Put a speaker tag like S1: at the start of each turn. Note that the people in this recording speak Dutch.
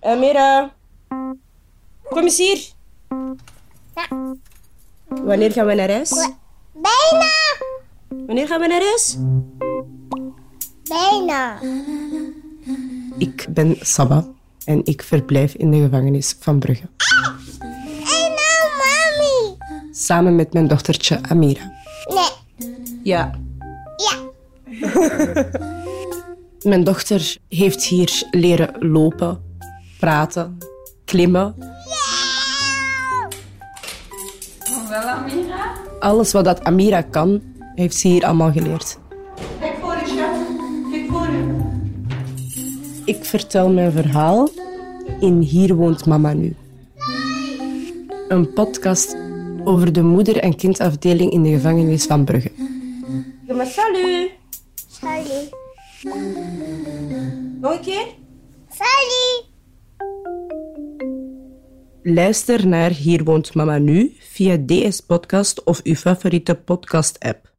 S1: Eh, Mera, kom eens hier.
S2: Ja.
S1: Wanneer gaan we naar huis?
S2: Bijna!
S1: Wanneer gaan we naar huis?
S2: Bijna!
S3: Ik ben Saba en ik verblijf in de gevangenis van Brugge.
S2: En nou, mami!
S3: Samen met mijn dochtertje Amira.
S2: Nee,
S3: Ja,
S2: ja,
S3: mijn dochter heeft hier leren lopen, praten, klimmen. Alles wat dat Amira kan, heeft ze hier allemaal geleerd.
S4: Kijk voor je, schat. Kijk voor je.
S3: Ik vertel mijn verhaal in Hier woont mama nu. Een podcast over de moeder- en kindafdeling in de gevangenis van Brugge.
S1: Doe maar salut.
S2: sorry.
S1: Nog een keer?
S2: Sorry!
S3: Luister naar Hier woont mama nu via DS Podcast of uw favoriete podcast-app.